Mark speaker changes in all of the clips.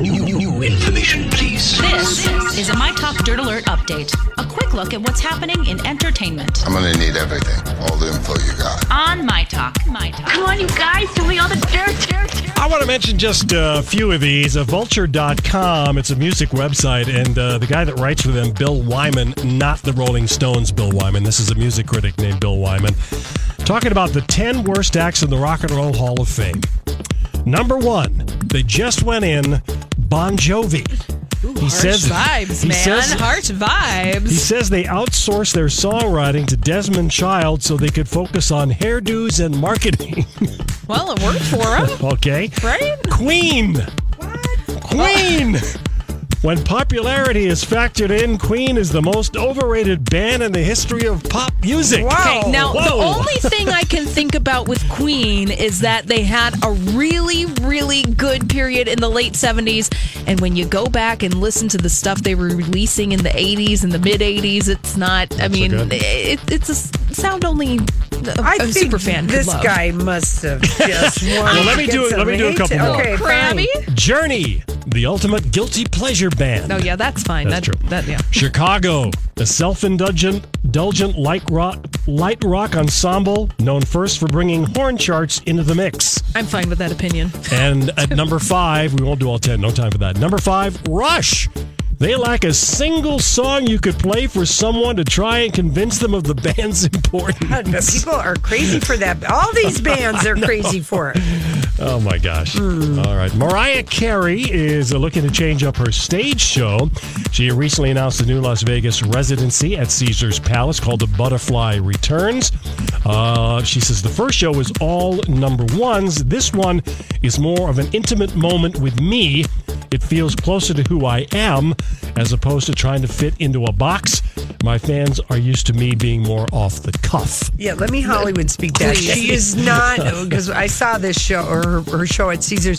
Speaker 1: New, new, new information, please.
Speaker 2: This is a My Talk Dirt Alert update. A quick look at what's happening in entertainment
Speaker 3: I'm gonna need everything, all the info you got.
Speaker 2: on My Talk. My Talk.
Speaker 4: Come on, you guys, do me all the dirt, dirt, dirt.
Speaker 5: I want to mention just a few of these. Uh, vulture.com, it's a music website, and uh, the guy that writes for them, Bill Wyman, not the Rolling Stones Bill Wyman. This is a music critic named Bill Wyman, talking about the 10 worst acts in the Rock and Roll Hall of Fame. Number one, they just went in Bon Jovi. he says
Speaker 6: vibes,
Speaker 5: he
Speaker 6: man.
Speaker 5: says-
Speaker 6: Harsh
Speaker 5: he
Speaker 6: vibes.
Speaker 5: says they outsourced their songwriting to Desmond Child so they could focus on hairdos and marketing.
Speaker 6: Well, it worked for him,
Speaker 5: okay.
Speaker 6: right?
Speaker 5: Queen. Queen. When popularity is factored in, Queen is the most overrated band in the history of pop music.
Speaker 6: Okay, now the
Speaker 5: Whoa.
Speaker 6: only thing I can think about with Queen is that they had a really, really good period in the late 70s. And when you go back and listen to the stuff they were releasing in the 80s and the mid 80s, it's not, I mean,
Speaker 5: good.
Speaker 6: it, it's a s- sound only a,
Speaker 7: I
Speaker 6: a
Speaker 7: think
Speaker 6: super fan could
Speaker 7: This
Speaker 6: love.
Speaker 7: guy must have just wanted
Speaker 5: Well, let me
Speaker 7: to get
Speaker 5: do it- let
Speaker 7: some
Speaker 5: me do a
Speaker 7: hate.
Speaker 5: couple more.
Speaker 7: Okay,
Speaker 6: Crabby?
Speaker 7: fine.
Speaker 5: Journey, the ultimate guilty pleasure band.
Speaker 6: Oh, yeah, that's fine.
Speaker 5: That's
Speaker 6: that,
Speaker 5: true.
Speaker 6: That, yeah.
Speaker 5: Chicago, the self-indulgent, indulgent light rock, light rock ensemble known first for bringing horn charts into the mix.
Speaker 6: I'm fine with that opinion.
Speaker 5: And at number five, we won't do all 10, no time for that. Number five, Rush. They lack a single song you could play for someone to try and convince them of the band's
Speaker 7: But
Speaker 5: importance.
Speaker 7: people are crazy for that. All these bands are crazy for it.
Speaker 5: Oh my gosh. All right. Mariah Carey is uh, looking to change up her stage show. She recently announced a new Las Vegas residency at Caesars Palace called The Butterfly Returns. Uh, she says the first show is all number ones. This one is more of an intimate moment with me. It feels closer to who I am as opposed to trying to fit into a box. My fans are used to me being more off the cuff.
Speaker 7: Yeah, let me Hollywood speak that. She is not because I saw this show or her, her show at Caesars.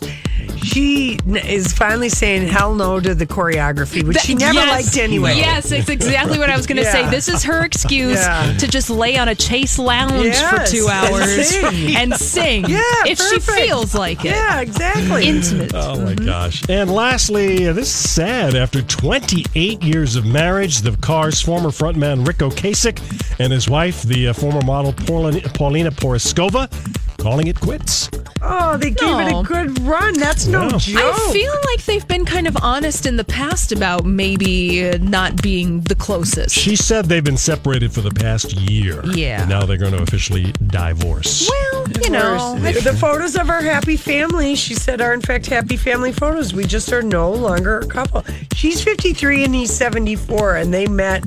Speaker 7: She n- is finally saying hell no to the choreography, which she
Speaker 6: That-
Speaker 7: never
Speaker 6: yes.
Speaker 7: liked anyway.
Speaker 6: Yes, it's exactly what I was going to say.
Speaker 7: Yeah.
Speaker 6: This is her excuse
Speaker 7: Yeah.
Speaker 6: to just lay on a chase lounge
Speaker 7: Yes,
Speaker 6: for two
Speaker 7: and
Speaker 6: hours
Speaker 7: sing.
Speaker 6: and sing
Speaker 7: Yeah,
Speaker 6: if she
Speaker 7: perfect.
Speaker 6: feels like it.
Speaker 7: Yeah, exactly.
Speaker 6: Intimate.
Speaker 5: Oh my gosh. And lastly, uh, this is sad. After 28 years of marriage, the car's former frontman Rick Ocasek and his wife, the uh, former model Paulin- Paulina Poroskova, calling it quits.
Speaker 7: oh, they gave it
Speaker 6: No.
Speaker 7: a good run. That's
Speaker 5: Yeah.
Speaker 7: no
Speaker 5: I
Speaker 7: joke.
Speaker 6: I feel like they've been kind of honest in the past about maybe uh, not being the closest.
Speaker 5: She said they've been separated for the past year.
Speaker 6: Yeah.
Speaker 5: And now they're going to officially divorce.
Speaker 6: well, you know, I-
Speaker 7: The photos of our happy family, she said, are in fact happy family photos. We just are no longer a couple. She's 53 and he's 74, and they met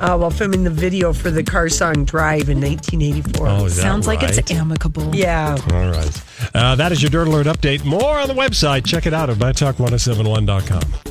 Speaker 7: uh, while filming the video for the car song Drive in 1984.
Speaker 5: Oh, is that
Speaker 6: sounds like it's
Speaker 5: right?
Speaker 6: amicable.
Speaker 7: yeah.
Speaker 5: All oh right. Uh, that is your Dirt Alert update. More on the website. Check it out at mytalk1071.com.